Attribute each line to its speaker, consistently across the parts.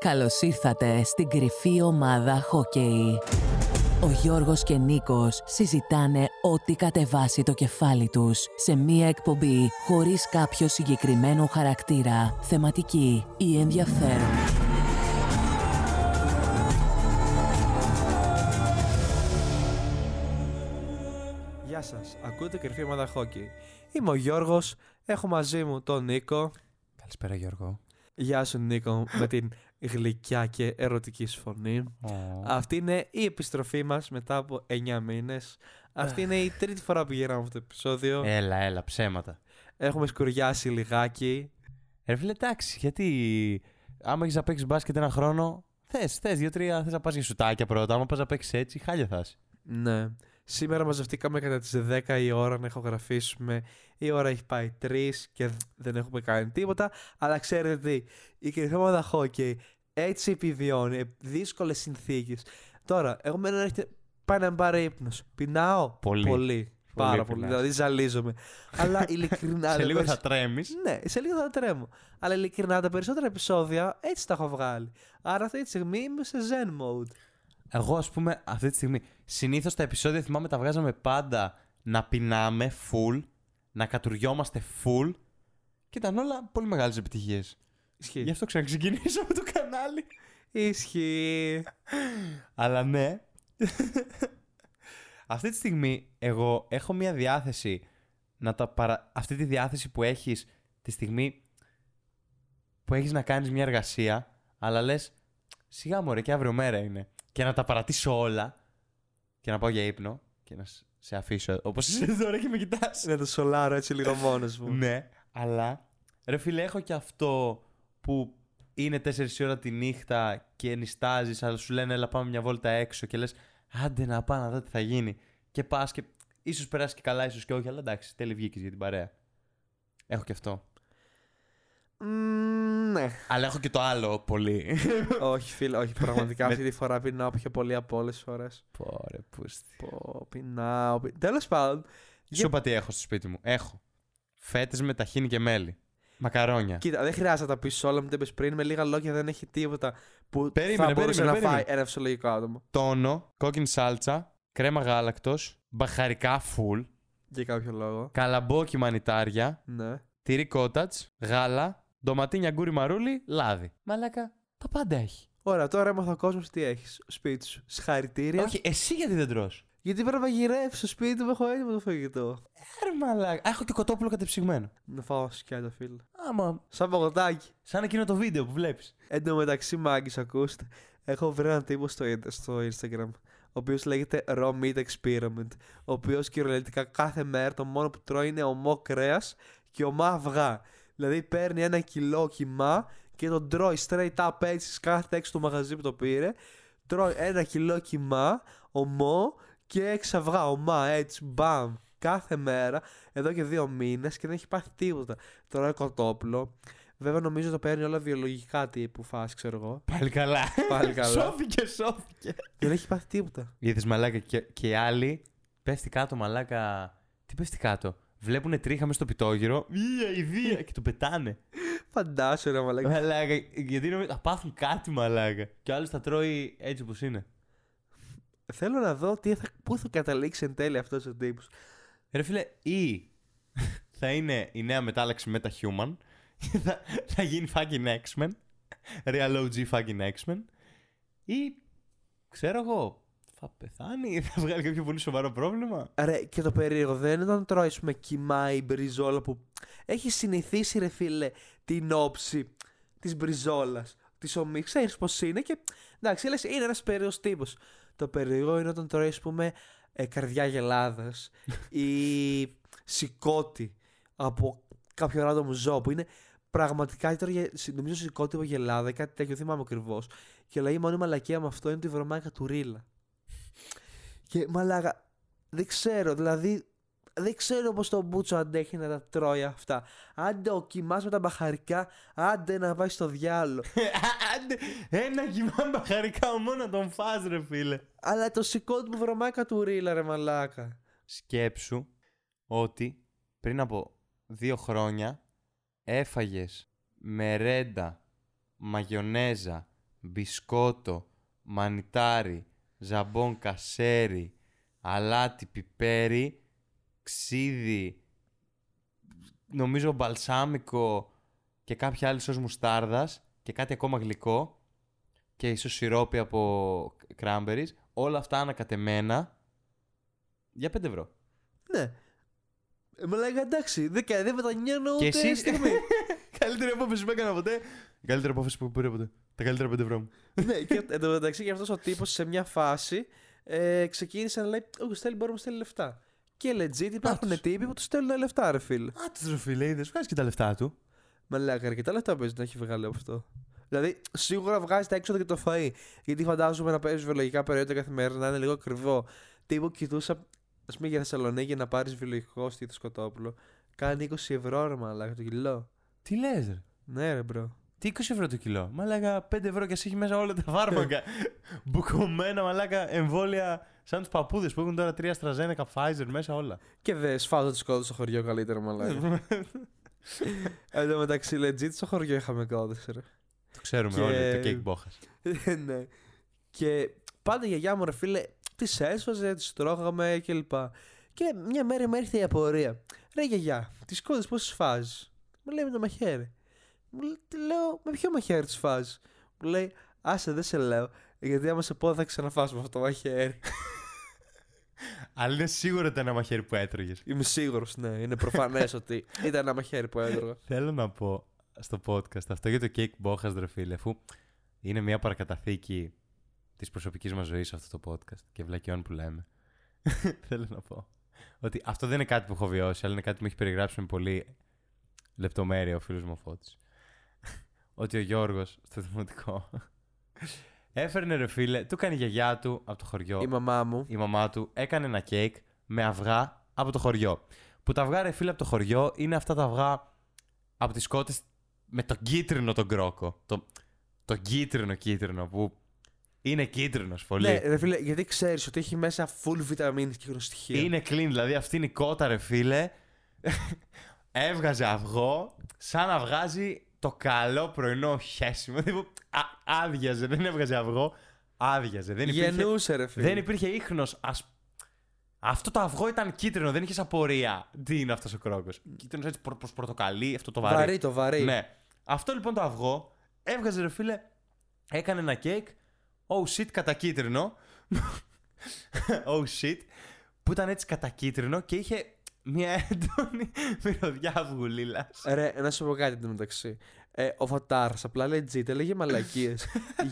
Speaker 1: Καλώς ήρθατε στην κρυφή ομάδα χόκεϊ. Ο Γιώργος και Νίκος συζητάνε ό,τι κατεβάσει το κεφάλι τους σε μία εκπομπή χωρίς κάποιο συγκεκριμένο χαρακτήρα, θεματική ή ενδιαφέρον.
Speaker 2: Γεια σας. Ακούτε κρυφή ομάδα χόκι. Είμαι ο Γιώργος. Έχω μαζί μου τον Νίκο.
Speaker 3: Καλησπέρα Γιώργο.
Speaker 2: Γεια σου, Νίκο, με την γλυκιά και ερωτική σου φωνή. Αυτή είναι η επιστροφή μας μετά από 9 μήνες. Αυτή είναι η τρίτη φορά που γυράμε αυτό το επεισόδιο.
Speaker 3: Έλα, έλα, ψέματα.
Speaker 2: Έχουμε σκουριάσει λιγάκι.
Speaker 3: Ρε φίλε, εντάξει, γιατί άμα έχεις να παίξεις μπάσκετ ένα χρόνο, θες, θες, δύο-τρία, θες να πας για σουτάκια πρώτα. Άμα πας να παίξεις έτσι, χάλια θα είσαι.
Speaker 2: Ναι. Σήμερα μαζευτήκαμε κατά τις 10 η ώρα να ηχογραφήσουμε. Η ώρα έχει πάει 3 και δεν έχουμε κάνει τίποτα. Αλλά ξέρετε τι, η κρυφή ομάδα χόκκι έτσι επιβιώνει, δύσκολες συνθήκες. Τώρα, εγώ μένω να έχετε πάει να μπάρει ύπνος. Πεινάω
Speaker 3: Πολύ.
Speaker 2: πολύ. Πάρα πολύ.
Speaker 3: πεινάς.
Speaker 2: Δηλαδή, ζαλίζομαι. Αλλά ειλικρινά.
Speaker 3: Σε
Speaker 2: τα
Speaker 3: λίγο
Speaker 2: περισ-
Speaker 3: θα τρέμεις.
Speaker 2: Ναι, σε λίγο θα τρέμω. Αλλά ειλικρινά τα περισσότερα επεισόδια έτσι τα έχω βγάλει. Άρα αυτή τη στιγμή είμαι σε zen mode.
Speaker 3: Εγώ, ας πούμε, αυτή τη στιγμή. Συνήθως τα επεισόδια θυμάμαι τα βγάζαμε πάντα να πεινάμε full, να κατουριόμαστε full και ήταν όλα πολύ μεγάλες επιτυχίες.
Speaker 2: Ισχύει.
Speaker 3: Γι' αυτό ξαναξεκινήσαμε το κανάλι.
Speaker 2: Ισχύει.
Speaker 3: Αλλά ναι. αυτή τη στιγμή εγώ έχω μια διάθεση να τα παρα... αυτή τη διάθεση που έχεις τη στιγμή που έχεις να κάνεις μια εργασία αλλά λες σιγά μωρέ και αύριο μέρα είναι και να τα παρατήσω όλα και να πάω για ύπνο και να σ- σε αφήσω όπως είσαι τώρα και με κοιτάς.
Speaker 2: Να το σολάρω έτσι λίγο μόνος μου.
Speaker 3: ναι, αλλά ρε φίλε έχω και αυτό που είναι 4 η ώρα τη νύχτα και νιστάζεις αλλά σου λένε έλα πάμε μια βόλτα έξω και λες άντε να πάω να δω τι θα γίνει και πας και ίσως περάσεις και καλά ίσως και όχι αλλά εντάξει τέλει βγήκες για την παρέα. Έχω και αυτό.
Speaker 2: Μμμ, ναι.
Speaker 3: Αλλά έχω και το άλλο πολύ.
Speaker 2: όχι, φίλε, όχι. Πραγματικά
Speaker 3: Ναι.
Speaker 2: αυτή τη φορά πεινάω πιο πολύ από όλες τις φορές.
Speaker 3: Πόρε πούστη.
Speaker 2: Πω, πεινάω. Πει... Τέλος πάντων.
Speaker 3: Σου είπα τι έχω στο σπίτι μου. Έχω. Φέτες με ταχύνη και μέλι. Μακαρόνια.
Speaker 2: Κοίτα, δεν χρειάζεται να τα πεις όλα μου. Τα είπες πριν με λίγα λόγια δεν έχει τίποτα που
Speaker 3: Περίμενε,
Speaker 2: θα μπορούσε να
Speaker 3: περίμενε,
Speaker 2: φάει
Speaker 3: περίμενε.
Speaker 2: ένα φυσιολογικό άτομο.
Speaker 3: Τόνο, κόκκινη σάλτσα, κρέμα γάλακτος, μπαχαρικά full,
Speaker 2: Για κάποιο λόγο.
Speaker 3: καλαμπόκι μανιτάρια,
Speaker 2: Ναι.
Speaker 3: τυρί κότατς, γάλα, ντοματίνια γκούρι μαρούλι, λάδι. Μαλάκα, τα πάντα έχει.
Speaker 2: Ωραία, τώρα έμαθα ο κόσμος τι έχεις. Σπίτι σου. Συγχαρητήρια.
Speaker 3: Δηλαδή, Όχι, εσύ γιατί δεν τρως.
Speaker 2: Γιατί πρέπει να γυρεύεις στο σπίτι μου, έχω έτοιμο το φαγητό.
Speaker 3: Ε, Ρε μαλάκα, Α, έχω και κοτόπουλο κατεψυγμένο.
Speaker 2: Να φάω σκιάτα, φίλε.
Speaker 3: Άμα,
Speaker 2: Σαν παγωτάκι.
Speaker 3: σαν εκείνο το βίντεο που βλέπεις.
Speaker 2: Εν τω μεταξύ, μάγκης, ακούστε. Έχω βρει έναν τύπο στο, ίν- στο Instagram, ο οποίος λέγεται Raw Meat Experiment. Ο οποίος κυριολεκτικά κάθε μέρα το μόνο που τρώει είναι ομό κρέας και ομά αυγά. Δηλαδή παίρνει ένα κιλό κιμά και τον τρώει straight up έτσι, κάθε έξω του μαγαζί που το πήρε. Τρώει ένα κιλό κιμά, ομό και έξι αυγά. Ομά έτσι, μπαμ. Κάθε μέρα, εδώ και δύο μήνες και δεν έχει πάθει τίποτα. Τρώει κοτόπουλο. Βέβαια νομίζω το παίρνει όλα βιολογικά τύπου φάση, ξέρω εγώ.
Speaker 3: Πάλι καλά.
Speaker 2: Πάλι καλά.
Speaker 3: σώθηκε, σώθηκε.
Speaker 2: και δεν έχει πάθει τίποτα.
Speaker 3: Είδες μαλάκα και, και οι άλλοι, πέφτει κάτω μαλάκα, τι πέφτει κάτω. Βλέπουνε τρίχα μες στο πιτόγυρο, ία, ιδία, και το πετάνε.
Speaker 2: Φαντάσου ρε μαλακά.
Speaker 3: Μαλάκα, γιατί νομίζεις- θα πάθουν κάτι μαλάκα. Και ο άλλος θα τρώει έτσι όπως είναι.
Speaker 2: Ε, Θέλω να δω τι θα, πού θα καταλήξει εν τέλει αυτός ο τύπος.
Speaker 3: Ρε φίλε, ή θα είναι η νέα μετάλλαξη με τα human, και θα, θα γίνει fucking X-Men, real OG fucking X-Men, ή ξέρω εγώ, θα πεθάνει, θα βγάλει κάποιο πολύ σοβαρό πρόβλημα.
Speaker 2: Ρε και το περίεργο δεν είναι όταν τρώει με κοιμά ή μπριζόλα που έχει συνηθίσει ρε φίλε την όψη της μπριζόλας. Της ομή, ξέρεις πώς είναι και εντάξει, λες είναι ένας περίεργος τύπος. Το περίεργο είναι όταν τρώει, ας πούμε, ε, καρδιά γελάδας ή σηκώτη από κάποιο random ζώο που είναι πραγματικά. Τώρα, για- συ- νομίζω σηκώτη από γελάδα ή κάτι τέτοιο, δεν θυμάμαι ακριβώς. Και λέει η μόνη μαλακία με αυτό είναι τη βρωμάκα του Ρίλα. Και μαλάκα, δεν ξέρω, δηλαδή δεν ξέρω πως το Μπούτσο αντέχει να τα τρώει αυτά. Άντε ο κοιμάς με τα μπαχαρικά, άντε να πάει στο διάλογο.
Speaker 3: Άντε, ένα κοιμά μπαχαρικά ο μόνο τον φας ρε φίλε.
Speaker 2: Αλλά το σηκώτη μου βρωμάκα του ρίλα ρε μαλάκα.
Speaker 3: Σκέψου ότι πριν από δύο χρόνια έφαγες μερέντα, μαγιονέζα, μπισκότο, μανιτάρι, ζαμπόν κασέρι, αλάτι, πιπέρι, ξύδι, νομίζω μπαλσάμικο και κάποια άλλη σως μουστάρδας και κάτι ακόμα γλυκό και ίσως σιρόπι από cranberries, όλα αυτά ανακατεμένα για 5 ευρώ.
Speaker 2: Ναι. Ε, Μα λέγα εντάξει, δεν, κα- δεν μετανιώνω ούτε
Speaker 3: Και εσύ-
Speaker 2: στιγμή.
Speaker 3: Καλύτερη απόφαση που έκανα ποτέ. Καλύτερη απόφαση που πήρα ποτέ. Τα καλύτερα 5 ευρώ μου.
Speaker 2: ναι, και εν τω μεταξύ και αυτός ο τύπος σε μια φάση ε, ξεκίνησε να λέει: Ο Γουστέλη μπορεί να μου στέλνει λεφτά. Και legit υπάρχουν
Speaker 3: τους.
Speaker 2: τύποι που τους στέλνουν λεφτά, ρε φίλε.
Speaker 3: Α, του φίλε, είδες, βγάζεις και τα λεφτά του.
Speaker 2: Μα λέγα, αρκετά λεφτά παίζει να έχει βγάλει από αυτό. Δηλαδή, σίγουρα βγάζει τα έξοδα και το φαΐ. Γιατί φαντάζομαι να παίζεις βιολογικά προϊόντα κάθε μέρα να είναι λίγο ακριβό. Τύπου κοιτούσα, ας πούμε, για Θεσσαλονίκη να πάρεις βιολογικό στήθος σκοτόπουλο. Κάνει 20 ευρώ, ρε μαλάκα το κιλό.
Speaker 3: Τι λες ρε.
Speaker 2: Ναι, ρε μπρο.
Speaker 3: Τι 20 ευρώ το κιλό. Μαλάκα 5 ευρώ και εσύ έχει μέσα όλα τα φάρμακα. Μπουκωμένα μαλάκα εμβόλια σαν τους παππούδες που έχουν τώρα τρία στραζένεκα Pfizer μέσα όλα.
Speaker 2: Και δε σφάζω τη κόδες στο χωριό καλύτερα, μαλάκα. Εν τω μεταξύ, legit στο χωριό είχαμε κόδες, ρε.
Speaker 3: Το ξέρουμε
Speaker 2: Και-
Speaker 3: όλοι το cake μπόχα.
Speaker 2: Ε, ναι. Και πάντα η γιαγιά μου, ρε φίλε, τις έσφαζε, τις τρώγαμε κλπ. Και μια μέρα μου έρχεται η απορία. Ρε γιαγιά, τις κόδες πώς τις φάζεις. Μου λέει με το μαχαίρι. Μου λέ- τη λέω, με ποιο μαχαίρι τι φάζει. Μου λέει, άσε, δεν σε λέω. Γιατί άμα σε πω θα ξαναφάσω με αυτό το μαχαίρι.
Speaker 3: Αλλά είναι σίγουρο ήταν ένα μαχαίρι που έτρωγες.
Speaker 2: Είμαι σίγουρος, ναι. Είναι προφανές ότι ήταν ένα μαχαίρι που έτρωγα.
Speaker 3: Θέλω να πω στο podcast αυτό για το cake μπόχας, ρε φίλε, αφού είναι μια παρακαταθήκη της προσωπικής μας ζωής αυτό το podcast και βλακιών που λέμε. Θέλω να πω ότι αυτό δεν είναι κάτι που έχω βιώσει, αλλά είναι κάτι που μου έχει περιγράψει με πολύ λεπτομέρεια ο φίλος μου ο Φώτης. ότι ο Γιώργος στο δημοτικό έφερνε ρε φίλε, του έκανε η γιαγιά του από το χωριό
Speaker 2: Η μαμά μου.
Speaker 3: η μαμά του έκανε ένα κέικ με αυγά από το χωριό. Που τα αυγά, ρε φίλε, από το χωριό είναι αυτά τα αυγά από τις κότες με τον κίτρινο τον κρόκο. Το, το κίτρινο κίτρινο που είναι κίτρινος πολύ.
Speaker 2: Ναι, ρε φίλε, γιατί ξέρεις ότι έχει μέσα full βιταμίνη και χρονοστοιχεία.
Speaker 3: Είναι clean, δηλαδή αυτή είναι η κότα, ρε φίλε. Έβγαζε αυγό, σαν να βγάζει το καλό πρωινό χέσιμο. Δηλαδή, α, άδειαζε, δεν έβγαζε αυγό, άδειαζε. Δεν υπήρχε-
Speaker 2: Γεννούσε, ρε φίλε.
Speaker 3: δεν υπήρχε ίχνος. Ας... Αυτό το αυγό ήταν κίτρινο, δεν είχες απορία. Τι είναι αυτός ο κρόκος. Κίτρινος έτσι προ προς πορτοκαλί, αυτό το βαρύ.
Speaker 2: Βαρύ το βαρύ.
Speaker 3: Ναι. Αυτό λοιπόν το αυγό έβγαζε ρε φίλε, έκανε ένα κέικ. Oh shit, κατακίτρινο. oh shit. Που ήταν έτσι κατακίτρινο και είχε μια έντονη μυρωδιά αυγού λίλας.
Speaker 2: Ρε, να σου πω κάτι εντωμεταξύ. Ε, ο Φατάρα απλά legit έλεγε μαλακίε.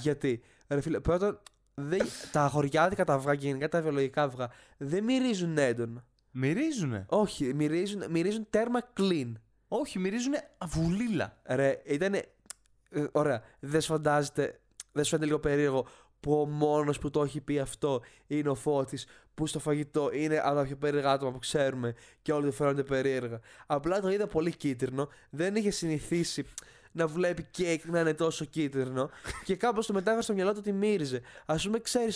Speaker 2: Γιατί, ρε φίλε, πρώτον, δεν, τα χωριάτικα τα αυγά και γενικά τα βιολογικά αυγά δεν μυρίζουν έντονα.
Speaker 3: Μυρίζουνε.
Speaker 2: Όχι, μυρίζουν, μυρίζουν τέρμα clean.
Speaker 3: Όχι, μυρίζουνε αυγουλίλα.
Speaker 2: Ρε, ήταν. ωραία, δεν σου φαντάζεται, δεν σου φαίνεται λίγο περίεργο που ο μόνος που το έχει πει αυτό είναι ο Φώτης που στο φαγητό είναι από τα πιο περίεργα άτομα που ξέρουμε και όλοι του φαίνονται περίεργα. Απλά το είδα πολύ κίτρινο, δεν είχε συνηθίσει να βλέπει κέικ να είναι τόσο κίτρινο και κάπως το μετάφερε στο μυαλό του ότι μύριζε. Ας πούμε, ξέρεις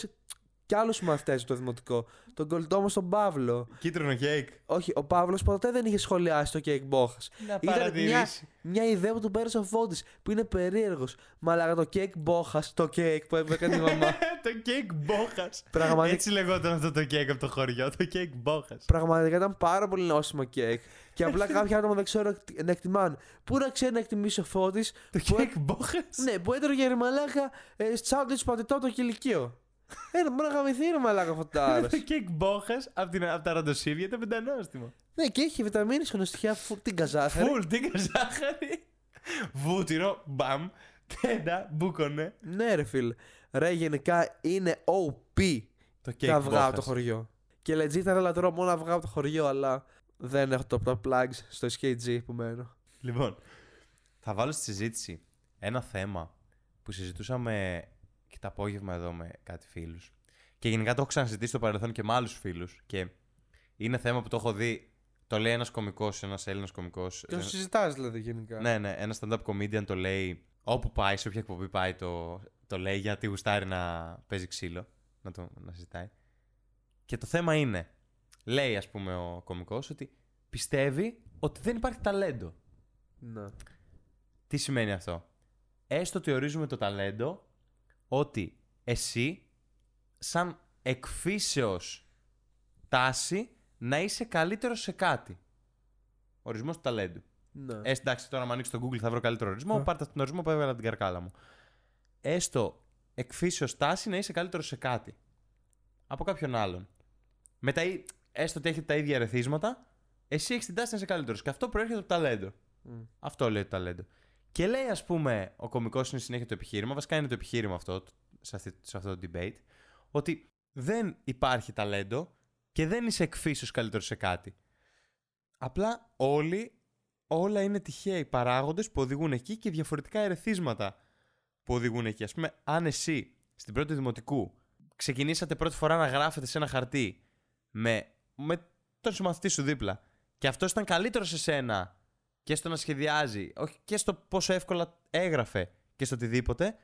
Speaker 2: κι άλλους μαθητές στο δημοτικό. Τον κολλητό μα τον Παύλο.
Speaker 3: Κίτρινο κέικ.
Speaker 2: Όχι, ο Παύλος ποτέ δεν είχε σχολιάσει το κέικ μπόχας.
Speaker 3: Να
Speaker 2: Ήταν μια,
Speaker 3: παρατηρήσει.
Speaker 2: μια ιδέα που του πέρασε ο Φόντη που είναι περίεργος. Μαλάκα το κέικ μπόχας, το κέικ που έκανε η μαμά.
Speaker 3: το κέικ μπόχας.
Speaker 2: Πραγματικά-
Speaker 3: Έτσι λεγόταν αυτό το κέικ από το χωριό, το κέικ μπόχας.
Speaker 2: Πραγματικά ήταν πάρα πολύ νόσιμο κέικ. Και απλά κάποια άτομα δεν ξέρω να εκτιμάνε. Πού να ξέρει να εκτιμήσει ο Φόντη.
Speaker 3: Το κέικ μπόχας.
Speaker 2: Ναι, που έτρωγε ρε μαλάκα ε, σάντουιτς πατητό το κηλικείο. Ε, μπορεί να γαμηθεί ρε μαλάκα φωτάρας.
Speaker 3: Το κέικ μπόχα από, την- από τα ραντοσύρια ήταν πεντανόστιμο.
Speaker 2: ναι, και έχει βιταμίνες χρονοστοιχεία φου- την καζάθαρη.
Speaker 3: Φουλ, τίκα ζάχαρη. Βούτυρο, μπαμ. Τέντα, μπούκονε.
Speaker 2: ναι ρε φίλε. Ρε γενικά είναι OP
Speaker 3: Το
Speaker 2: τα αυγά από το χωριό. Και legit θα ήθελα να τρώω μόνο αυγά από το χωριό, αλλά δεν έχω το τα plugs στο SKG που μένω.
Speaker 3: Λοιπόν, θα βάλω στη συζήτηση ένα θέμα που συζητούσαμε και το απόγευμα εδώ με κάτι φίλους. Και γενικά το έχω ξανασυζητήσει στο παρελθόν και με άλλους φίλους. Και είναι θέμα που το έχω δει, το λέει ένας κωμικός, ένας Έλληνας κωμικός.
Speaker 2: Και το
Speaker 3: δεν-
Speaker 2: συζητάς δηλαδή γενικά.
Speaker 3: Ναι, ναι, ένα stand-up comedian το λέει όπου πάει, σε όποια εκπομπή πάει, το, το λέει γιατί γουστάρει να παίζει ξύλο, να, το, να συζητάει. Και το θέμα είναι, λέει ας πούμε ο κωμικός ότι πιστεύει ότι δεν υπάρχει ταλέντο.
Speaker 2: Ναι.
Speaker 3: Τι σημαίνει αυτό. Έστω ότι ορίζουμε το ταλέντο ότι εσύ σαν εκφύσεως τάση να είσαι καλύτερος σε κάτι. Ορισμός του ταλέντου.
Speaker 2: Ναι.
Speaker 3: Ε, εντάξει, τώρα αν ανοίξω το Google θα βρω καλύτερο ορισμό. Πάρτε αυτόν τον ορισμό που έβγαλα την καρκάλα μου. Έστω εκφύσεως τάση να είσαι καλύτερος σε κάτι. Από κάποιον άλλον. Με τα, ί- έστω ότι έχετε τα ίδια ερεθίσματα, εσύ έχεις την τάση να είσαι καλύτερος. Και αυτό προέρχεται από ταλέντο. Αυτό λέει το ταλέντο. Και λέει, ας πούμε, ο κωμικό είναι συνέχεια το επιχείρημα, βασικά είναι το επιχείρημα αυτό, σε, αυτή, σε αυτό το debate, ότι δεν υπάρχει ταλέντο και δεν είσαι εκφύσεω καλύτερος σε κάτι. Απλά όλοι, όλα είναι τυχαίοι παράγοντες που οδηγούν εκεί και διαφορετικά ερεθίσματα που οδηγούν εκεί. Ας πούμε, αν εσύ στην πρώτη δημοτικού ξεκινήσατε πρώτη φορά να γράφετε σε ένα χαρτί με, με τον συμμαθητή σου δίπλα και αυτός ήταν καλύτερος σε σένα και στο να σχεδιάζει, όχι και στο πόσο εύκολα έγραφε και στο οτιδήποτε,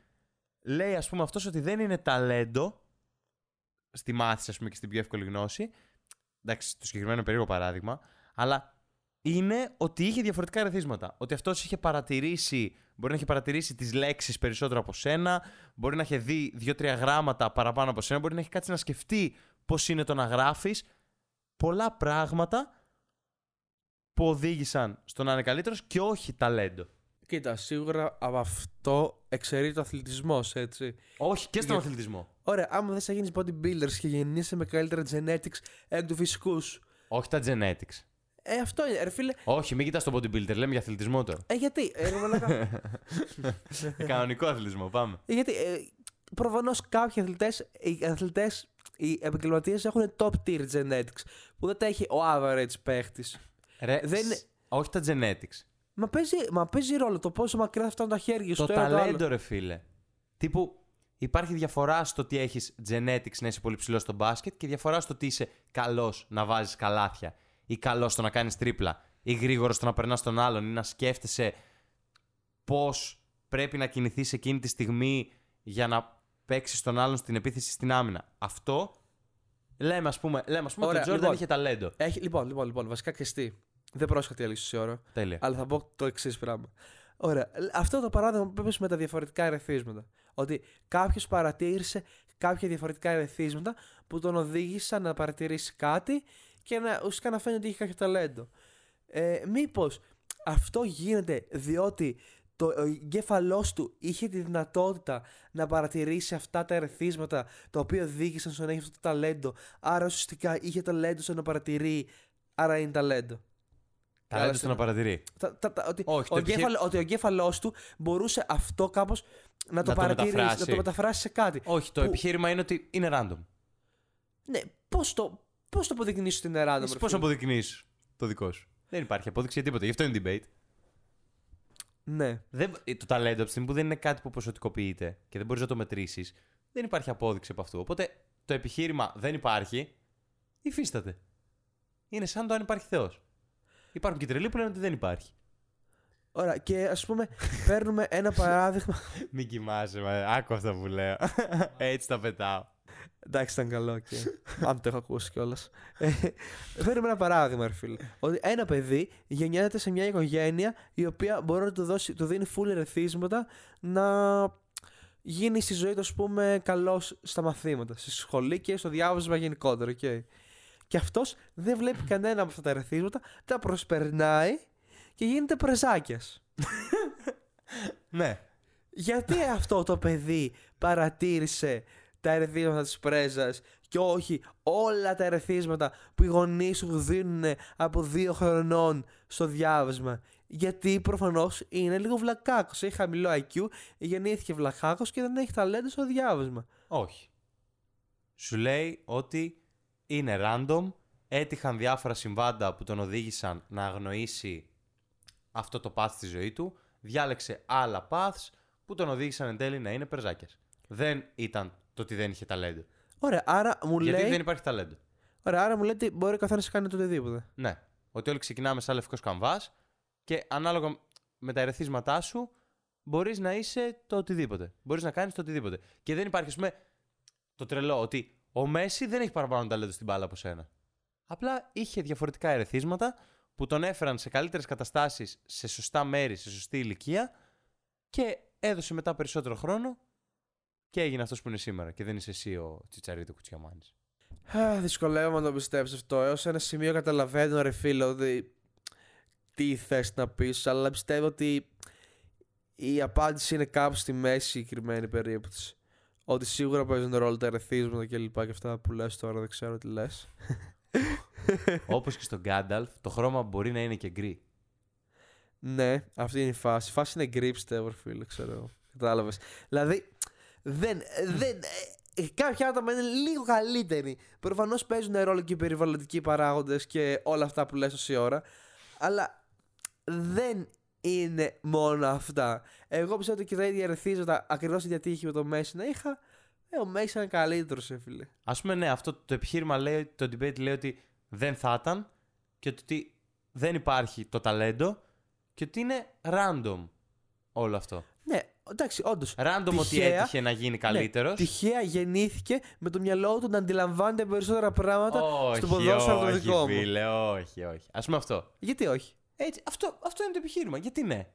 Speaker 3: λέει ας πούμε αυτός ότι δεν είναι ταλέντο στη μάθηση ας πούμε και στην πιο εύκολη γνώση, εντάξει το συγκεκριμένο περίεργο παράδειγμα, αλλά είναι ότι είχε διαφορετικά ερεθίσματα. Ότι αυτός είχε παρατηρήσει, μπορεί να είχε παρατηρήσει τις λέξεις περισσότερο από σένα, μπορεί να είχε δει δύο-τρία γράμματα παραπάνω από σένα, μπορεί να έχει κάτσει να σκεφτεί πώς είναι το να γράφεις. Πολλά πράγματα που οδήγησαν στο να είναι καλύτερος και όχι ταλέντο.
Speaker 2: Κοίτα, σίγουρα από αυτό εξαιρείται ο αθλητισμός, έτσι.
Speaker 3: Όχι και στον
Speaker 2: Για-
Speaker 3: αθλητισμό.
Speaker 2: Ωραία, άμα δεν θα γίνεις bodybuilders και γεννήσει με καλύτερα genetics εκ του φυσικούς σου.
Speaker 3: Όχι τα genetics.
Speaker 2: Ε, αυτό είναι, ρε φίλε.
Speaker 3: Όχι, μην κοιτάς τον bodybuilder, λέμε για αθλητισμό τώρα.
Speaker 2: Ε, γιατί, ε, ρε μαλάκα,
Speaker 3: Κανονικό αθλητισμό, πάμε.
Speaker 2: Ε, Γιατί ε, προφανώς κάποιοι αθλητές, οι αθλητές, οι επαγγελματίες έχουν top tier genetics που δεν τα έχει ο average παίχτης.
Speaker 3: Ρε,
Speaker 2: Δεν είναι-
Speaker 3: σ- Όχι τα genetics.
Speaker 2: Μα παίζει, μα παίζει ρόλο το πόσο μακριά θα φτάνουν τα χέρια σου.
Speaker 3: το
Speaker 2: ένα, άλλο.
Speaker 3: ταλέντο, ρε φίλε. Τύπου υπάρχει διαφορά στο ότι έχεις genetics να είσαι πολύ ψηλός στο μπάσκετ και διαφορά στο ότι είσαι καλός να βάζεις καλάθια ή καλός στο να κάνεις τρίπλα ή γρήγορο στο να περνάς τον άλλον ή να σκέφτεσαι πώς πρέπει να κινηθείς εκείνη τη στιγμή για να παίξεις τον άλλον στην επίθεση στην άμυνα. Αυτό λέμε, ας πούμε, λέμε, ας πούμε
Speaker 2: Ωραία,
Speaker 3: ότι ο Τζόρνταν
Speaker 2: λοιπόν.
Speaker 3: είχε ταλέντο.
Speaker 2: Έχει, λοιπόν, λοιπόν, λοιπόν, βασικά ξεστή. Δεν πρόσεχα τι έλεγες η ώρα,
Speaker 3: Τέλεια.
Speaker 2: αλλά θα πω το εξής πράγμα. Ωραία. ε, Αυτό το παράδειγμα που είπες με τα διαφορετικά ερεθίσματα. Ότι κάποιος παρατήρησε κάποια διαφορετικά ερεθίσματα που τον οδήγησαν να παρατηρήσει κάτι και να ουσιαστικά να φαίνεται ότι είχε κάποιο ταλέντο. Ε, Μήπως αυτό γίνεται διότι το ο εγκέφαλός του είχε τη δυνατότητα να παρατηρήσει αυτά τα ερεθίσματα τα οποία οδήγησαν στο να έχει αυτό το ταλέντο. Άρα ουσιαστικά είχε ταλέντο στο να παρατηρεί. Άρα είναι ταλέντο.
Speaker 3: Ταλέντο
Speaker 2: Καλά,
Speaker 3: στο να
Speaker 2: στην-
Speaker 3: παρατηρεί.
Speaker 2: Τα, τα, τα, ότι,
Speaker 3: Όχι, το
Speaker 2: ο
Speaker 3: επιχείρημα-
Speaker 2: εγκέφαλο- ότι ο εγκέφαλός του μπορούσε αυτό κάπως να το
Speaker 3: το
Speaker 2: παρατηρήσει, να
Speaker 3: μεταφράσει.
Speaker 2: το μεταφράσει σε κάτι.
Speaker 3: Όχι, το
Speaker 2: Που-
Speaker 3: επιχείρημα είναι ότι είναι random.
Speaker 2: Ναι, πώς το, πώς το αποδεικνύει την Ελλάδα,
Speaker 3: Εσύ Πώ αποδεικνύεις το δικό σου. Δεν υπάρχει απόδειξη για τίποτα. Γι' αυτό είναι debate.
Speaker 2: Ναι.
Speaker 3: Δεν, ε, το ταλέντο από τη στιγμή που δεν είναι κάτι που ποσοτικοποιείται και δεν μπορείς να το μετρήσεις, δεν υπάρχει απόδειξη από αυτού. Οπότε το επιχείρημα δεν υπάρχει, υφίσταται. Είναι σαν το αν υπάρχει Θεός. Υπάρχουν και τρελοί που λένε ότι δεν υπάρχει.
Speaker 2: Ωραία, και ας πούμε, παίρνουμε ένα παράδειγμα.
Speaker 3: Μην κοιμάσαι, μα, άκου αυτά που λέω. Έτσι τα πετάω.
Speaker 2: Εντάξει, ήταν καλό και. αν το έχω ακούσει κιόλας. παίρνουμε ένα παράδειγμα, ρε φίλε. Ότι ένα παιδί γεννιέται σε μια οικογένεια η οποία μπορεί να του, δώσει, του δίνει full ερεθίσματα να γίνει στη ζωή του, ας πούμε, καλός στα μαθήματα, στη σχολή και στο διάβασμα γενικότερα. οκ. Και αυτός δεν βλέπει κανένα από αυτά τα ερεθίσματα, τα προσπερνάει και γίνεται πρεζάκιας.
Speaker 3: Ναι.
Speaker 2: Γιατί αυτό το παιδί παρατήρησε τα ερεθίσματα της πρέζας και όχι όλα τα ερεθίσματα που οι γονείς σου δίνουν από δύο χρονών στο διάβασμα. Γιατί προφανώς είναι λίγο βλακάκος, έχει χαμηλό IQ, γεννήθηκε βλακάκος και δεν έχει ταλέντο στο διάβασμα.
Speaker 3: Όχι. Σου λέει ότι είναι random, έτυχαν διάφορα συμβάντα που τον οδήγησαν να αγνοήσει αυτό το path στη ζωή του, διάλεξε άλλα paths που τον οδήγησαν εν τέλει να είναι περζάκιας. Δεν ήταν το ότι δεν είχε ταλέντο.
Speaker 2: Ωραία, άρα μου
Speaker 3: Γιατί
Speaker 2: λέει,
Speaker 3: δεν υπάρχει ταλέντο.
Speaker 2: ωραία, άρα μου λέει ότι μπορεί ο καθένας να κάνει το οτιδήποτε.
Speaker 3: Ναι. Ότι όλοι ξεκινάμε σαν λευκός καμβάς και ανάλογα με τα ερεθίσματά σου μπορείς να είσαι το οτιδήποτε. Μπορείς να κάνεις το οτιδήποτε. Και δεν υπάρχει, ας πούμε, το τρελό ότι ο Μέση δεν έχει παραπάνω ταλέντο στην μπάλα από σένα. Απλά είχε διαφορετικά ερεθίσματα που τον έφεραν σε καλύτερες καταστάσεις, σε σωστά μέρη, σε σωστή ηλικία και έδωσε μετά περισσότερο χρόνο και έγινε αυτός που είναι σήμερα και δεν είσαι εσύ ο Τσιτσαρίτο Κουτσιαμάνης.
Speaker 2: Α, Δυσκολεύομαι να το πιστέψω αυτό. Έως ένα σημείο καταλαβαίνω, ρε φίλε, ότι τι θες να πεις, αλλά πιστεύω ότι η απάντηση είναι κάπου στη μέση συγκεκριμένη περίπτωση. Ότι σίγουρα παίζουν ρόλο τα ερεθίσματα και λοιπά και αυτά που λες τώρα, δεν ξέρω τι λες.
Speaker 3: Όπως και στον Γκάνταλφ, το χρώμα μπορεί να είναι και γκρι.
Speaker 2: Ναι, αυτή είναι η φάση. Η φάση είναι γκρι, πιστεύω, ρε φίλε, ξέρω. εγώ. Κατάλαβες. Δηλαδή, δεν. δεν ε, κάποια άτομα είναι λίγο καλύτεροι. Προφανώς παίζουν ρόλο και οι περιβαλλοντικοί παράγοντες και όλα αυτά που λες τόση ώρα. Αλλά δεν είναι μόνο αυτά. Εγώ πιστεύω ότι και τα ίδια ερεθίζοντα ακριβώς ίδια τύχη με το Μέση να είχα. Ε, ο Μέση ήταν καλύτερος, φίλε.
Speaker 3: Ας πούμε, ναι, αυτό το επιχείρημα λέει, ότι- το debate λέει ότι δεν θα ήταν και ότι δεν υπάρχει το ταλέντο και ότι είναι random όλο αυτό.
Speaker 2: Ναι, εντάξει, όντως.
Speaker 3: Random ότι
Speaker 2: Τυχαία.
Speaker 3: έτυχε να γίνει καλύτερο.
Speaker 2: Ναι, τυχαία γεννήθηκε με το μυαλό του να αντιλαμβάνεται περισσότερα πράγματα στο ποδόσφαιρο το δικό μου.
Speaker 3: όχι, φίλε, όχι, όχι. Ας πούμε αυτό.
Speaker 2: Γιατί όχι.
Speaker 3: Έτσι, αυτό. Αυτό είναι το επιχείρημα. Γιατί ναι.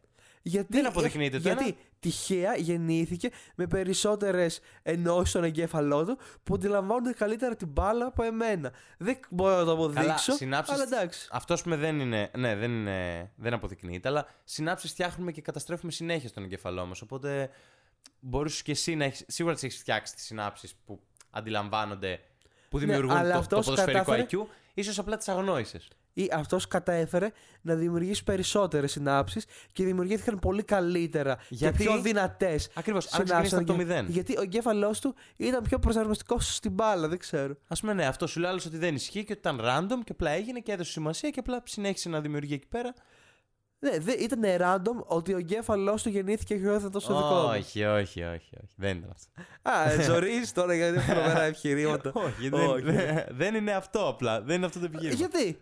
Speaker 2: Γιατί,
Speaker 3: Δεν αποδεικνύεται το
Speaker 2: Γιατί
Speaker 3: ένα.
Speaker 2: τυχαία γεννήθηκε με περισσότερες ενώσεις στον εγκέφαλό του που αντιλαμβάνονται καλύτερα την μπάλα από εμένα. Δεν μπορώ να το
Speaker 3: Καλά,
Speaker 2: αποδείξω.
Speaker 3: συνάψεις-
Speaker 2: Αλλά εντάξει.
Speaker 3: Αυτός, α πούμε, δεν είναι. Ναι, δεν, είναι, δεν αποδεικνύεται, αλλά συνάψεις φτιάχνουμε και καταστρέφουμε συνέχεια στον εγκεφαλό μας. Οπότε μπορούσε και εσύ να έχεις. Σίγουρα τις έχεις φτιάξει τις συνάψεις που αντιλαμβάνονται, που
Speaker 2: Ναι,
Speaker 3: δημιουργούν
Speaker 2: αλλά
Speaker 3: το, το
Speaker 2: αυτός
Speaker 3: ποδοσφαιρικό
Speaker 2: κατάφερε-
Speaker 3: IQ, ίσως απλά τις αγνόησες.
Speaker 2: Ή αυτός κατάφερε να δημιουργήσει περισσότερες συνάψεις και δημιουργήθηκαν πολύ καλύτερα
Speaker 3: Γιατί-
Speaker 2: και πιο δυνατές.
Speaker 3: Ακριβώς. Αν ξεκινήσει από το μηδέν.
Speaker 2: Γιατί ο εγκέφαλός του ήταν πιο προσαρμοστικός στην μπάλα, δεν ξέρω.
Speaker 3: Ας πούμε, ναι, αυτός σου λέει άλλος ότι δεν ισχύει και ότι ήταν random και απλά έγινε και έδωσε σημασία και απλά συνέχισε να δημιουργεί εκεί πέρα.
Speaker 2: Ναι, δε, ήταν random ότι ο εγκέφαλός του γεννήθηκε και όχι τόσο δικό μου.
Speaker 3: όχι, όχι, όχι, όχι. Δεν ήταν αυτό.
Speaker 2: Α, ζωρίζει τώρα γιατί είναι φοβερά επιχειρήματα.
Speaker 3: όχι, δεν,
Speaker 2: Όχι.
Speaker 3: δεν είναι αυτό απλά. Δεν είναι αυτό το επιχείρημα.
Speaker 2: Ε, γιατί.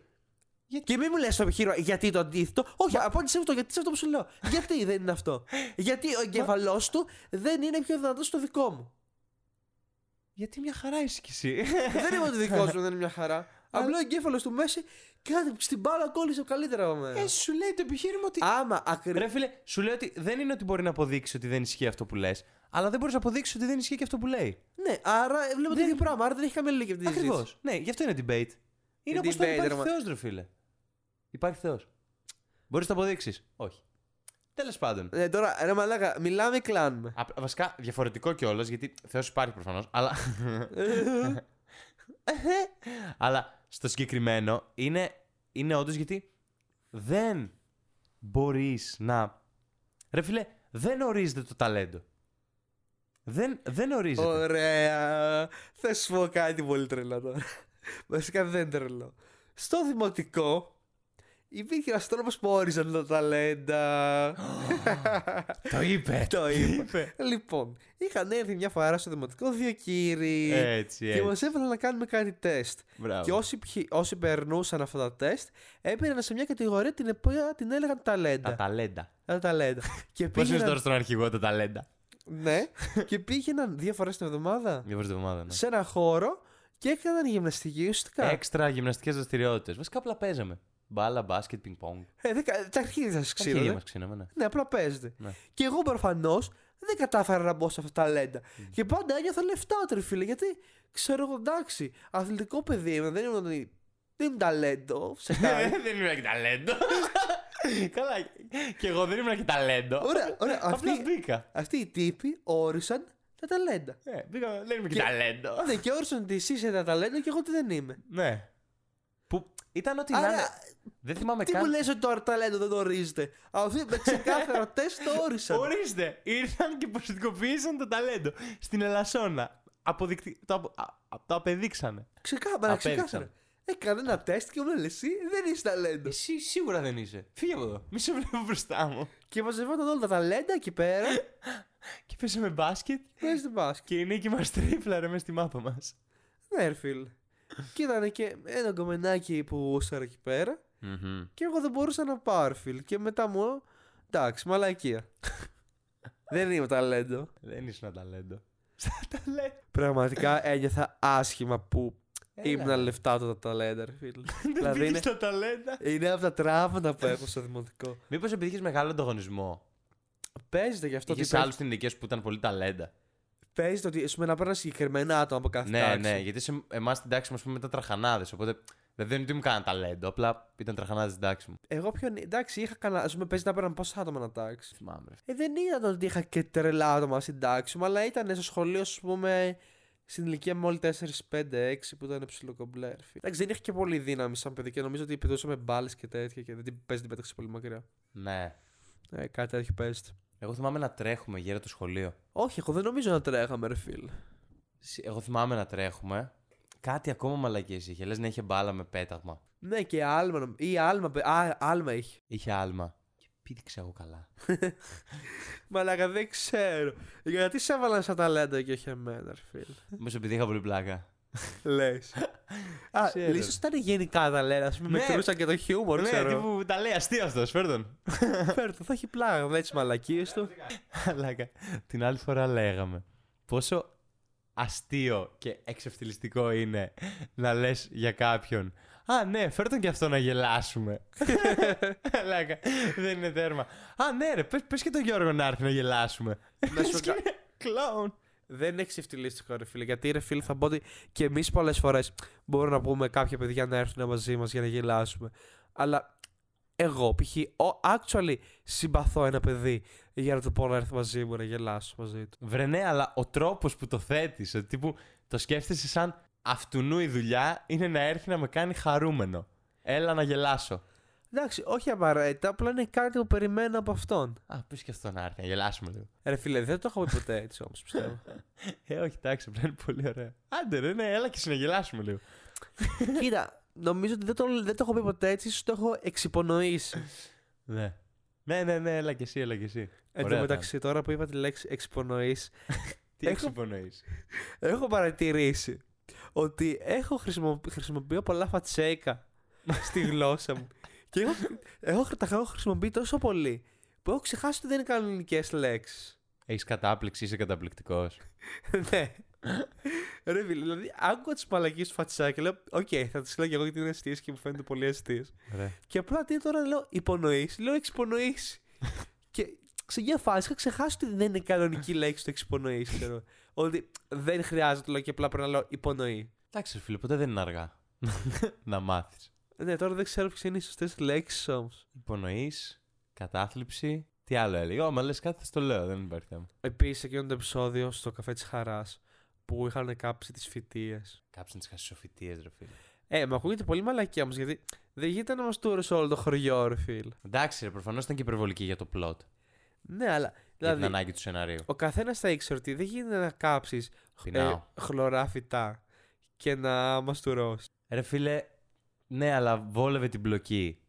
Speaker 2: Και μην μου λες το επιχείρημα γιατί το αντίθετο. Όχι, απάντησε μου το γιατί σε αυτό που σου λέω. γιατί δεν είναι αυτό. Γιατί ο εγκέφαλό του δεν είναι πιο δυνατό στο δικό μου.
Speaker 3: Γιατί μια χαρά είσαι κι εσύ.
Speaker 2: δεν είμαι ότι δικός σου δεν είναι μια χαρά. Απλά ο εγκέφαλος του μέση κάτι στην μπάλα κόλλησε καλύτερα από μένα.
Speaker 3: Ε, σου λέει το επιχείρημα ότι.
Speaker 2: Άμα ακριβώ.
Speaker 3: Ρε φίλε, σου λέει ότι δεν είναι ότι μπορεί να αποδείξει ότι δεν ισχύει αυτό που λες, αλλά δεν μπορείς να αποδείξεις ότι δεν ισχύει και αυτό που λέει.
Speaker 2: Ναι, άρα βλέπω το ίδιο πράγμα. Άρα δεν έχει καμία λογική αυτή τη
Speaker 3: Ακριβώ.
Speaker 2: συζήτηση.
Speaker 3: Ναι, γι' αυτό είναι debate. Είναι όπως το
Speaker 2: debate, ρε
Speaker 3: υπάρχει
Speaker 2: μα-
Speaker 3: Θεός, ρε φίλε. Υπάρχει Θεός. Μπορείς να το αποδείξεις. Όχι. Τέλος πάντων.
Speaker 2: Ναι, τώρα ρε μαλάκα, μιλάμε ή κλάνουμε.
Speaker 3: Απ- βασικά διαφορετικό κιόλας γιατί Θεός υπάρχει προφανώς, αλλά. αλλά στο συγκεκριμένο είναι, είναι όντως γιατί δεν μπορείς να. Ρε φίλε, δεν ορίζεται το ταλέντο. Δεν, δεν ορίζεται.
Speaker 2: Ωραία. Θα σου πω κάτι πολύ τρελό τώρα. Βασικά δεν είναι τρελό. Στο δημοτικό υπήρχε ένας τρόπος που όριζαν τα ταλέντα.
Speaker 3: Το είπε.
Speaker 2: Το είπα. λοιπόν, είχαν έρθει μια φορά στο δημοτικό δύο κύριοι.
Speaker 3: Έτσι,
Speaker 2: Και
Speaker 3: έτσι.
Speaker 2: μας έβαλαν να κάνουμε κάτι τεστ.
Speaker 3: Ε, Μπράβο.
Speaker 2: Και όσοι, πιοι- όσοι περνούσαν αυτά τα τεστ, έπαιρναν σε μια κατηγορία την οποία την έλεγαν ταλέντα.
Speaker 3: Τα ταλέντα.
Speaker 2: Τα ταλέντα. και
Speaker 3: Πώς είναι
Speaker 2: πήγαιναν.
Speaker 3: τώρα στον αρχηγό τα ταλέντα.
Speaker 2: ναι, και πήγαιναν δύο φορές την εβδομάδα
Speaker 3: Για την εβδομάδα. ναι.
Speaker 2: σε ένα χώρο και έκαναν γυμναστική ουσιαστικά.
Speaker 3: Έξτρα γυμναστικές δραστηριότητες. Βασικά απλά παίζαμε. Μπάλα, μπάσκετ, πινκ-πονγκ.
Speaker 2: Ε, δεν κα- τα αρχίδια σας
Speaker 3: Τα χέρια μα
Speaker 2: ξύλο.
Speaker 3: ξύναμε, ναι.
Speaker 2: Ναι, απλά παίζετε.
Speaker 3: Ναι.
Speaker 2: Και εγώ προφανώς δεν κατάφερα να μπω σε αυτά τα ταλέντα. Και πάντα ένιωθα λεφτά, ρε φίλε, γιατί ξέρω εγώ εντάξει, αθλητικό παιδί ήμουν, δεν ήμουν. Δεν ήμουν ταλέντο σε κάτι.
Speaker 3: Ε, δεν ήμουν και ταλέντο. Καλά. Και εγώ δεν ήμουν και ταλέντο.
Speaker 2: Ωραία, ωραία.
Speaker 3: Απλά
Speaker 2: Αυτοί,
Speaker 3: μπήκα.
Speaker 2: αυτοί οι τύποι όρισαν τα ταλέντα.
Speaker 3: Ε, μπήκα, δεν ήμουν και
Speaker 2: Και-
Speaker 3: ταλέντο.
Speaker 2: ναι, και όρισαν ότι εσύ είσαι ένα ταλέντο και εγώ τι δεν είμαι.
Speaker 3: Ναι. Που ήταν ότι να
Speaker 2: Άρα,
Speaker 3: είναι. Δεν θυμάμαι
Speaker 2: τι μου
Speaker 3: καν.
Speaker 2: λες ότι το ταλέντο δεν το ορίζετε. Αυτοί με ξεκάθαρο τεστ το όρισαν.
Speaker 3: Ορίστε, ήρθαν και προσωπικοποίησαν το ταλέντο στην Ελασσόνα. Αποδεικτη... Το, απο- α- α- το απεδείξανε.
Speaker 2: Ξεκάθαρα,
Speaker 3: Απέδειξαν.
Speaker 2: ξεκάθαρα. Έκανε ένα τεστ και μου λένε εσύ δεν είσαι ταλέντο.
Speaker 3: Εσύ σίγουρα δεν είσαι. Φύγε από εδώ. Μη σε βλέπω μπροστά μου.
Speaker 2: Και μαζευόταν όλα τα ταλέντα εκεί πέρα.
Speaker 3: Και παίζαμε μπάσκετ
Speaker 2: Παίζει την μπάσκετ.
Speaker 3: και η νίκη μας τρίπλαρε μέσα στη μάπα μας.
Speaker 2: Ναι, ρε φίλε. Και ήταν και ένα κομμενάκι που ούσαρα εκεί πέρα. Και εγώ δεν μπορούσα να πάω, ρε φίλε. Και μετά μου. Εντάξει, μαλακία. δεν είμαι ταλέντο.
Speaker 3: Δεν είσαι ένα ταλέντο. Σαν ταλέντο.
Speaker 2: Πραγματικά ένιωθα άσχημα που
Speaker 3: Έλα,
Speaker 2: ήμουν λεφτά τα ταλέντα, ρε φίλε.
Speaker 3: Δεν
Speaker 2: δηλαδή
Speaker 3: πήγε
Speaker 2: είναι,
Speaker 3: στα ταλέντα.
Speaker 2: είναι από τα τραύματα που έχω στο δημοτικό.
Speaker 3: Μήπως επειδή είχες μεγάλο ανταγωνισμό.
Speaker 2: Παίζεται γι' αυτό.
Speaker 3: Είχες
Speaker 2: ότι
Speaker 3: άλλου στην ηλικία σου που ήταν πολύ ταλέντα.
Speaker 2: παίζει- Παίζει το ότι ας πούμε, να παίρνει συγκεκριμένα άτομα από κάθε
Speaker 3: Ναι,
Speaker 2: τάξη.
Speaker 3: ναι, γιατί σε εμάς στην τάξη μας πούμε ήταν τραχανάδες. Οπότε δηλαδή, δεν είναι ότι μου κάνανε ταλέντο, απλά ήταν τραχανάδες στην τάξη μου.
Speaker 2: Εγώ πιο. Εντάξει, είχα κανένα. Ας πούμε, παίζει να παίρναν πόσα άτομα να τάξει.
Speaker 3: Θυμάμαι. ρε.
Speaker 2: Ε, δεν ήταν ότι είχα και τρελά άτομα στην τάξη μου, αλλά ήταν στο σχολείο, ας πούμε, στην ηλικία μου όλοι 4, 5, 6 που ήταν ψιλοκομπλέ. ρε φίλε. Εντάξει, δεν είχα και πολύ δύναμη σαν παιδί και νομίζω ότι πετούσαμε μπάλες και τέτοια και δεν την παίζει την πέταξε πολύ μακριά.
Speaker 3: Ναι.
Speaker 2: Ε, κάτι τέτοιο παίζει.
Speaker 3: Εγώ θυμάμαι να τρέχουμε γύρω από το σχολείο.
Speaker 2: Όχι, εγώ δεν νομίζω να τρέχαμε, ρε φίλε.
Speaker 3: Συ- Εγώ θυμάμαι να τρέχουμε. Κάτι ακόμα μαλακίες είχε. Λες να είχε μπάλα με πέταγμα.
Speaker 2: Ναι, και άλμα. νομ- ή άλμα. παι- Α, άλμα είχε.
Speaker 3: Είχε άλμα. Και πήδηξα εγώ καλά.
Speaker 2: Μαλάκα, δεν ξέρω. Γιατί σε έβαλαν σαν ταλέντα και όχι εμένα, ρε φίλε.
Speaker 3: Μήπω επειδή είχα πολύ πλάκα.
Speaker 2: Λες. Α,
Speaker 3: Ξέρω.
Speaker 2: ίσω ήταν γενικά τα λένε. Ας πούμε,
Speaker 3: Ναι.
Speaker 2: μετρούσαν και το χιούμορ,
Speaker 3: ναι,
Speaker 2: ξέρω.
Speaker 3: τύπου τα λέει αστείο αυτό, φέρ τον.
Speaker 2: Φέρ' το, θα έχει πλάκα με τις μαλακίες του.
Speaker 3: Μαλάκα. Την άλλη φορά λέγαμε πόσο αστείο και εξευθυλιστικό είναι να λες για κάποιον. Α, ναι, φέρ τον και αυτό να γελάσουμε. Μαλάκα. Δεν είναι τέρμα. Α, ναι, ρε, πες και τον Γιώργο να έρθει να γελάσουμε.
Speaker 2: Να σου
Speaker 3: Και
Speaker 2: κα-
Speaker 3: είναι Κλόουν.
Speaker 2: Δεν είναι ξεφτυλίστικο, ρε φίλε. Γιατί ρε φίλε, θα πω ότι και εμείς πολλές φορές μπορούμε να πούμε κάποια παιδιά να έρθουν μαζί μας για να γελάσουμε. Αλλά εγώ, π.χ., ο- actually συμπαθώ ένα παιδί για να του πω να έρθει μαζί μου να γελάσω μαζί του.
Speaker 3: Βρε ναι, αλλά ο τρόπος που το θέτεις, τύπου το σκέφτεσαι σαν αυτουνού η δουλειά είναι να έρθει να με κάνει χαρούμενο. Έλα να γελάσω.
Speaker 2: Εντάξει, όχι απαραίτητα, απλά είναι κάτι που περιμένω από αυτόν.
Speaker 3: Α, πες και αυτό να έρθει, να γελάσουμε λίγο.
Speaker 2: Ρε φίλε, δεν το έχω πει ποτέ έτσι όμως, πιστεύω.
Speaker 3: Ε, όχι, εντάξει, απλά είναι πολύ ωραίο. Άντε, ρε, ναι, έλα και συναγελάσουμε λίγο.
Speaker 2: Κοίτα, νομίζω ότι δεν το, δεν το έχω πει ποτέ έτσι, ίσω το έχω εξυπονοήσει.
Speaker 3: Ναι. Ναι, ναι, ναι, έλα και εσύ, έλα και εσύ.
Speaker 2: Εν τω
Speaker 3: Ωραία
Speaker 2: μεταξύ, τώρα που είπα τη λέξη εξυπονοήσει,
Speaker 3: Τι
Speaker 2: Έχω-
Speaker 3: εξυπονοείς.
Speaker 2: έχω παρατηρήσει ότι έχω χρησιμο... χρησιμοποιώ πολλά φατσέικα στη γλώσσα μου. και έχω, έχω, τα έχω χρησιμοποιεί τόσο πολύ που έχω ξεχάσει ότι δεν είναι κανονικές λέξεις.
Speaker 3: Έχεις κατάπληξη, είσαι καταπληκτικός.
Speaker 2: ναι. Ρε φίλε, δηλαδή άκουγα τις μαλακίες του φατσάκια και λέω: Οκ, θα τις λέω και εγώ γιατί είναι αστείε και μου φαίνονται πολύ αστείε. Και απλά τι τώρα λέω, υπονοήσει, λέω εξυπονοήσει. και σε μια φάση είχα ξεχάσει ότι δεν είναι κανονική λέξη το εξυπονοήσει. ξέρω. ότι δεν χρειάζεται, λέω και απλά πρέπει να λέω υπονοεί.
Speaker 3: Εντάξει, ρε φίλε, ποτέ δεν είναι αργά να μάθεις.
Speaker 2: Ναι, τώρα δεν ξέρω ποιες είναι οι σωστές λέξεις όμως.
Speaker 3: Υπονοείς, κατάθλιψη. Τι άλλο έλεγε. Ω, μα λες κάτι, θα στο λέω, δεν υπάρχει θέμα.
Speaker 2: Επίσης, εκείνο το επεισόδιο στο καφέ της Χαράς που είχαν κάψει τις φοιτίε.
Speaker 3: Κάψαν τις χασισοφυτίε, ρε φίλε.
Speaker 2: Ε, μα ακούγεται πολύ μαλακία όμως γιατί δεν γίνεται να μας τούρε όλο το χωριό, ρε φίλ.
Speaker 3: Εντάξει, ρε, προφανώς ήταν και υπερβολική για το plot.
Speaker 2: Ναι, αλλά.
Speaker 3: για την
Speaker 2: Δηλαδή,
Speaker 3: ανάγκη του σεναρίου.
Speaker 2: ο καθένας θα ήξερε ότι δεν γίνεται να κάψεις
Speaker 3: Πεινάω.
Speaker 2: χλωρά φυτά και να μαστουρώσει.
Speaker 3: Ρε φίλε, ναι, αλλά βόλευε την μπλοκή.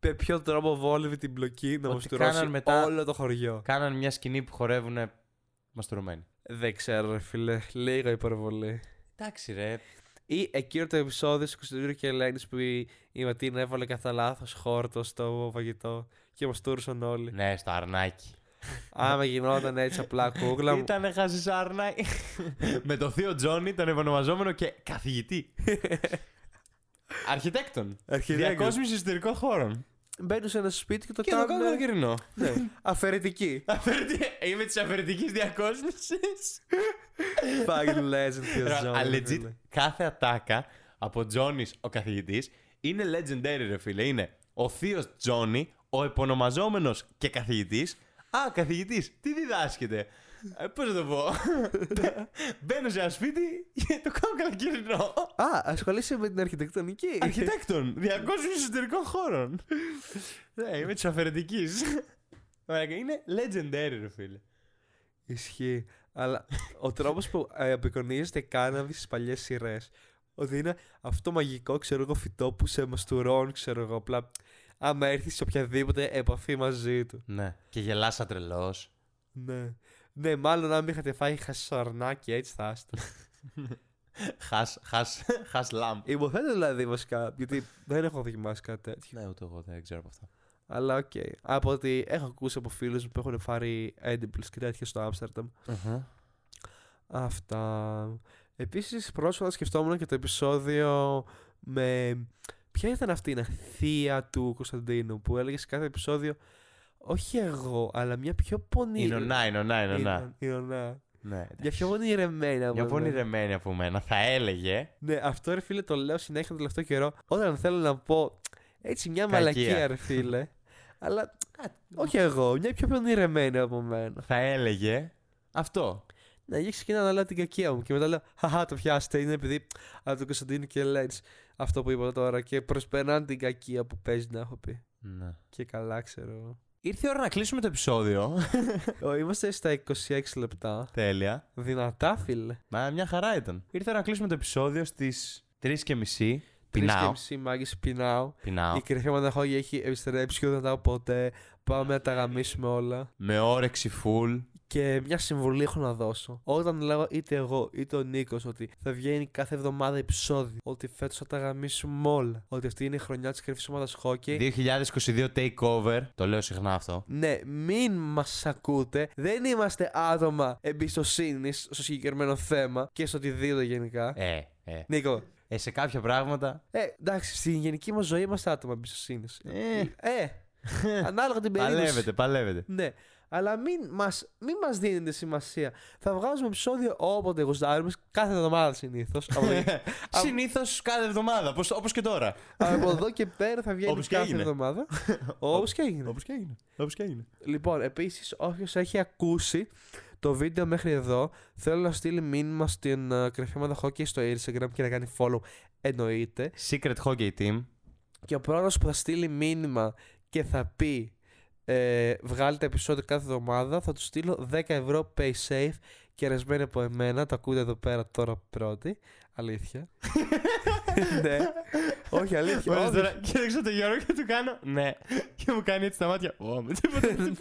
Speaker 2: με ποιο τρόπο βόλευε την μπλοκή να
Speaker 3: Ότι
Speaker 2: μου στουρώσει
Speaker 3: κάναν μετά-
Speaker 2: όλο το χωριό.
Speaker 3: Κάναν μια σκηνή που χορεύουν μαστουρωμένοι.
Speaker 2: Δεν ξέρω, ρε φίλε. Λίγο υπερβολή.
Speaker 3: Εντάξει, ρε.
Speaker 2: Ή εκείνο το επεισόδιο στο Κωνσταντίνο και Ελένης που η, η Ματίνα έβαλε κατά λάθος χόρτο στο φαγητό και μας τούρσαν όλοι.
Speaker 3: Ναι, στο αρνάκι.
Speaker 2: Άμα γινόταν έτσι απλά κούκλα μου.
Speaker 3: Ήτανε χαζισάρνακι. Με το θείο Τζόνι, τον επωνομαζόμενο και καθηγητή. Αρχιτέκτον.
Speaker 2: Αρχιδέκος.
Speaker 3: Διακόσμηση εσωτερικών χώρων.
Speaker 2: Μπαίνουν σε ένα σπίτι και το
Speaker 3: Και το κάνω
Speaker 2: κάνουν.
Speaker 3: καλοκαιρινό.
Speaker 2: Ναι. Αφαιρετική.
Speaker 3: Αφαιρετή- Είμαι της αφαιρετικής διακόσμησης.
Speaker 2: Fucking legend και ζώνη,
Speaker 3: Αλλά
Speaker 2: ρε
Speaker 3: legit,
Speaker 2: φίλε.
Speaker 3: κάθε ατάκα από Τζόνις ο καθηγητής είναι legendary, ρε φίλε. Είναι ο θείος Τζόνι, ο επωνομαζόμενος και καθηγητής. Α, καθηγητής, τι διδάσκεται. Πώς να το πω. Μπαίνω σε ένα σπίτι και το κάνω καλοκαιρινό.
Speaker 2: Α, ασχολείσαι με την αρχιτεκτονική.
Speaker 3: Αρχιτέκτον, διακόσμηση εσωτερικών χώρων. Ναι, είμαι της αφαιρετικής. Είναι legendary, ρε φίλε.
Speaker 2: Ισχύει. Αλλά ο τρόπος που ε, απεικονίζεται η κάναβης στις παλιές σειρές. Ότι είναι αυτό μαγικό, ξέρω εγώ, φυτό που σε μαστουρώνει, ξέρω εγώ. Απλά άμα έρθεις σε οποιαδήποτε επαφή μαζί του.
Speaker 3: Ναι. Και γελάσα τρελός.
Speaker 2: Ναι. Ναι, μάλλον αν είχατε φάει χασαρνάκι, έτσι θα άσταν.
Speaker 3: Χα λάμπ.
Speaker 2: Υποθέτω δηλαδή βασικά, γιατί δεν έχω δοκιμάσει κάτι τέτοιο.
Speaker 3: Ναι, ούτε εγώ δεν ξέρω από αυτά.
Speaker 2: Αλλά οκ. Από ότι έχω ακούσει από φίλους μου που έχουν φάρει edibles και τέτοια στο Άμστερνταμ. Αυτά. Επίσης πρόσφατα σκεφτόμουν και το επεισόδιο με... Ποια ήταν αυτή η θεία του Κωνσταντίνου που έλεγε σε κάθε επεισόδιο όχι εγώ, αλλά μια πιο πονηρή.
Speaker 3: Είναι ο να, είναι ο να, είναι ο να.
Speaker 2: Η Νονά.
Speaker 3: Ναι, εντάξει.
Speaker 2: Για πιο πονηρεμένη από
Speaker 3: Για
Speaker 2: εμένα.
Speaker 3: πονηρεμένη από μένα, θα έλεγε.
Speaker 2: Ναι, αυτό ρε φίλε το λέω συνέχεια τον τελευταίο καιρό. Όταν θέλω να πω έτσι μια
Speaker 3: Κακία.
Speaker 2: μαλακία, ρε φίλε. αλλά α, όχι εγώ, μια πιο πονηρεμένη από μένα.
Speaker 3: Θα έλεγε. Αυτό.
Speaker 2: Ναι, και ξεκινάω να λέω την κακία μου και μετά λέω Χαχά, το πιάστε. Είναι επειδή από τον Κωνσταντίνο και Λέντ αυτό που είπα τώρα και προσπερνάνε την κακία που παίζει να έχω πει.
Speaker 3: Ναι.
Speaker 2: Και καλά, ξέρω. εγώ.
Speaker 3: Ήρθε η ώρα να κλείσουμε το επεισόδιο.
Speaker 2: Ω, Είμαστε στα 26 λεπτά.
Speaker 3: Τέλεια.
Speaker 2: Δυνατά, φίλε.
Speaker 3: Μα μια χαρά ήταν. Ήρθε να κλείσουμε το επεισόδιο στις 3 και μισή.
Speaker 2: Τρεις και
Speaker 3: Πεινάω.
Speaker 2: μισή μάγκες πεινάω.
Speaker 3: Πεινάω.
Speaker 2: Η κρυφή μοναχόγια έχει επιστρέψει και δεν τα έχω ποτέ. Πάμε να τα γαμίσουμε όλα.
Speaker 3: Με όρεξη full.
Speaker 2: Και μια συμβουλή έχω να δώσω. Όταν λέω είτε εγώ είτε ο Νίκος ότι θα βγαίνει κάθε εβδομάδα επεισόδιο, ότι φέτος θα τα γαμίσουμε όλα, ότι αυτή είναι η χρονιά της κρυφή ομάδας χόκκι.
Speaker 3: 2022 takeover. Το λέω συχνά αυτό.
Speaker 2: Ναι, μην μας ακούτε. Δεν είμαστε άτομα εμπιστοσύνης στο συγκεκριμένο θέμα και στο οτιδήποτε γενικά.
Speaker 3: Ε, ε.
Speaker 2: Νίκο,
Speaker 3: ε σε κάποια πράγματα.
Speaker 2: ε, εντάξει, στην γενική μας ζωή είμαστε άτομα εμπιστοσύνης.
Speaker 3: Ε,
Speaker 2: Ε, ανάλογα την περίπτωση.
Speaker 3: παλεύετε, παλεύετε.
Speaker 2: Ναι. Αλλά μην μας μην μας δίνετε σημασία. Θα βγάζουμε επεισόδιο όποτε γουστάρουμε, κάθε εβδομάδα συνήθως. Από,
Speaker 3: Συνήθως κάθε εβδομάδα, όπως- όπως και τώρα.
Speaker 2: από εδώ και πέρα θα βγαίνει
Speaker 3: Όπως και
Speaker 2: κάθε
Speaker 3: έγινε.
Speaker 2: εβδομάδα. Όπως και έγινε.
Speaker 3: Όπως και έγινε. Όπως και έγινε.
Speaker 2: Λοιπόν, επίσης, όποιος έχει ακούσει το βίντεο μέχρι εδώ, θέλω να στείλει μήνυμα στην uh, κρυφή ομάδα hockey στο Instagram και να κάνει follow. Εννοείται.
Speaker 3: Secret Hockey Team.
Speaker 2: Και ο πρώτος που θα στείλει μήνυμα και θα πει ε, βγάλετε επεισόδιο κάθε εβδομάδα, θα τους στείλω 10 ευρώ pay safe κερασμένοι από εμένα. Τα ακούτε εδώ πέρα τώρα πρώτη. Αλήθεια. ναι. Όχι, αλήθεια.
Speaker 3: Μόλις
Speaker 2: όντως.
Speaker 3: τώρα κοίταξα τον Γιώργο και του κάνω ναι. Και μου κάνει έτσι τα μάτια. Ω, με τίποτα.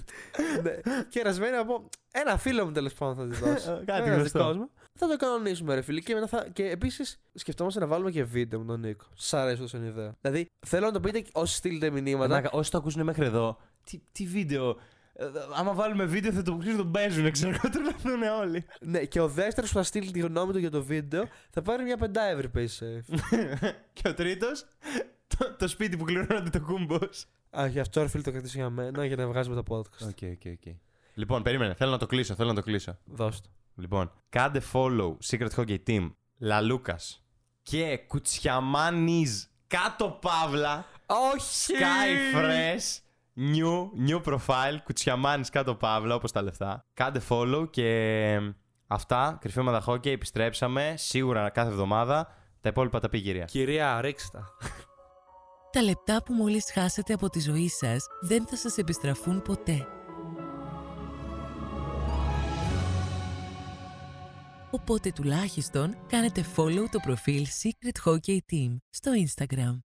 Speaker 2: ναι. Κερασμένη από ένα φίλο μου τέλος πάντων θα τη δώσω.
Speaker 3: Ε, Κάτι
Speaker 2: Ένας
Speaker 3: γνωστό.
Speaker 2: δικός μου. Θα το κανονίσουμε, ρε φίλοι. Και, μετά θα... και επίσης σκεφτόμαστε να βάλουμε και βίντεο με τον Νίκο. Σ' αρέσει τόσο η ιδέα. Δηλαδή, θέλω να το πείτε και όσοι στείλετε μηνύματα.
Speaker 3: Μαλάκα, όσοι το ακούσουν μέχρι εδώ, τι, τι βίντεο. Ε, ε, Άμα βάλουμε βίντεο θα το ξέρουν τον παίζουν, ξέρω εγώ, τρελαθούν όλοι.
Speaker 2: Ναι, και ο δεύτερος που θα στείλει τη γνώμη του για το βίντεο θα πάρει μια πεντά ευρώ pay safe.
Speaker 3: και ο τρίτος, το, το σπίτι που κληρώνονται το κούμπος.
Speaker 2: Α, γι' αυτό ρε φίλοι το κρατήσεις για μένα για να βγάζουμε τα podcast.
Speaker 3: Οκ, οκ, οκ. Λοιπόν, περίμενε, θέλω να το κλείσω, θέλω να το κλείσω.
Speaker 2: Δώσ' το.
Speaker 3: Λοιπόν, κάντε follow Secret Hockey Team, Λαλούκα και Κουτσιαμάνιζ κάτω παύλα.
Speaker 2: Όχι!
Speaker 3: Sky Fresh. New, new profile, κουτσιαμάνης κάτω παύλα, όπως τα λεφτά. Κάντε follow και ε, αυτά, κρυφή ομάδα hockey, επιστρέψαμε, σίγουρα κάθε εβδομάδα. Τα υπόλοιπα τα πει η κυρία.
Speaker 2: Κυρία, ρίξτε τα.
Speaker 1: Τα λεπτά που μόλις χάσετε από τη ζωή σας δεν θα σας επιστραφούν ποτέ. Οπότε τουλάχιστον κάνετε follow το προφίλ Secret Hockey Team στο Instagram.